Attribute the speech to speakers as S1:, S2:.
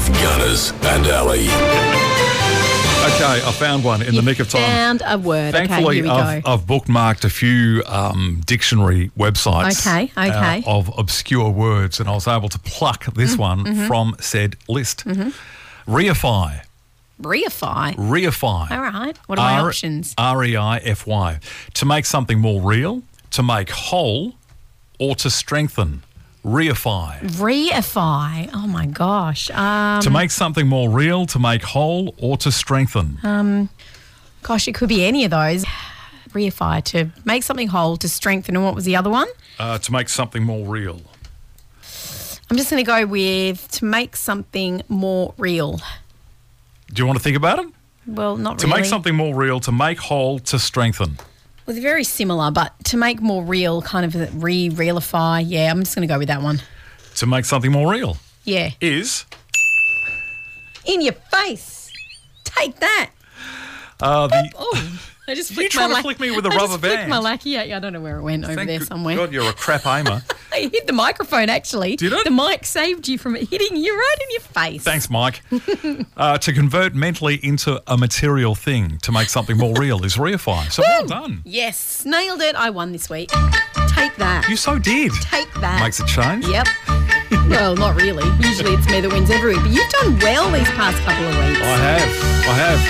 S1: Maz and Ali.
S2: Okay, I found one in the
S3: You
S2: nick of time.
S3: Found a word. okay,
S2: Thankfully,
S3: here we
S2: I've,
S3: go.
S2: I've bookmarked a few um, dictionary websites uh,
S3: Okay, okay. Mm-hmm,
S2: of obscure words, and I was able to pluck this one from said list. Reify.
S3: Reify.
S2: Reify.
S3: All right. What are my
S2: R-
S3: options?
S2: R E I F Y. To make something more real, to make whole, or to strengthen. Reify.
S3: Reify. Oh my gosh. Um,
S2: to make something more real, to make whole, or to strengthen.
S3: Uh. gosh, it could be any of those. Reify to make something whole, to strengthen. And what was the other one?
S2: Uh, to make something more real.
S3: I'm just going to go with to make something more real.
S2: Do you want to think about it?
S3: Well, not
S2: To
S3: really.
S2: make something more real, to make whole, to strengthen.
S3: Well, they're very similar, but to make more real, kind of re realify. Yeah, I'm just going to go with that one.
S2: To make something more real
S3: Yeah.
S2: is
S3: In your face. Take that.
S2: uh, the.
S3: Oh, I just flicked
S2: trying
S3: my
S2: to
S3: lac-
S2: flick me with a
S3: I just
S2: rubber
S3: flicked
S2: band.
S3: my lackey at you. I don't know where it went over
S2: Thank
S3: there
S2: good
S3: somewhere.
S2: God, you're a crap aimer.
S3: I hit the microphone actually.
S2: Did it?
S3: The mic saved you from it hitting you right in your face.
S2: Thanks, Mike. Uh, to convert mentally into a material thing, to make something more real, is reify. So well done.
S3: Yes, nailed it. I won this week. Take that.
S2: You so did.
S3: Take that.
S2: Makes a change.
S3: Yep. well, not really. Usually it's me that wins every week, but you've done well these past couple of weeks.
S2: I have. I have.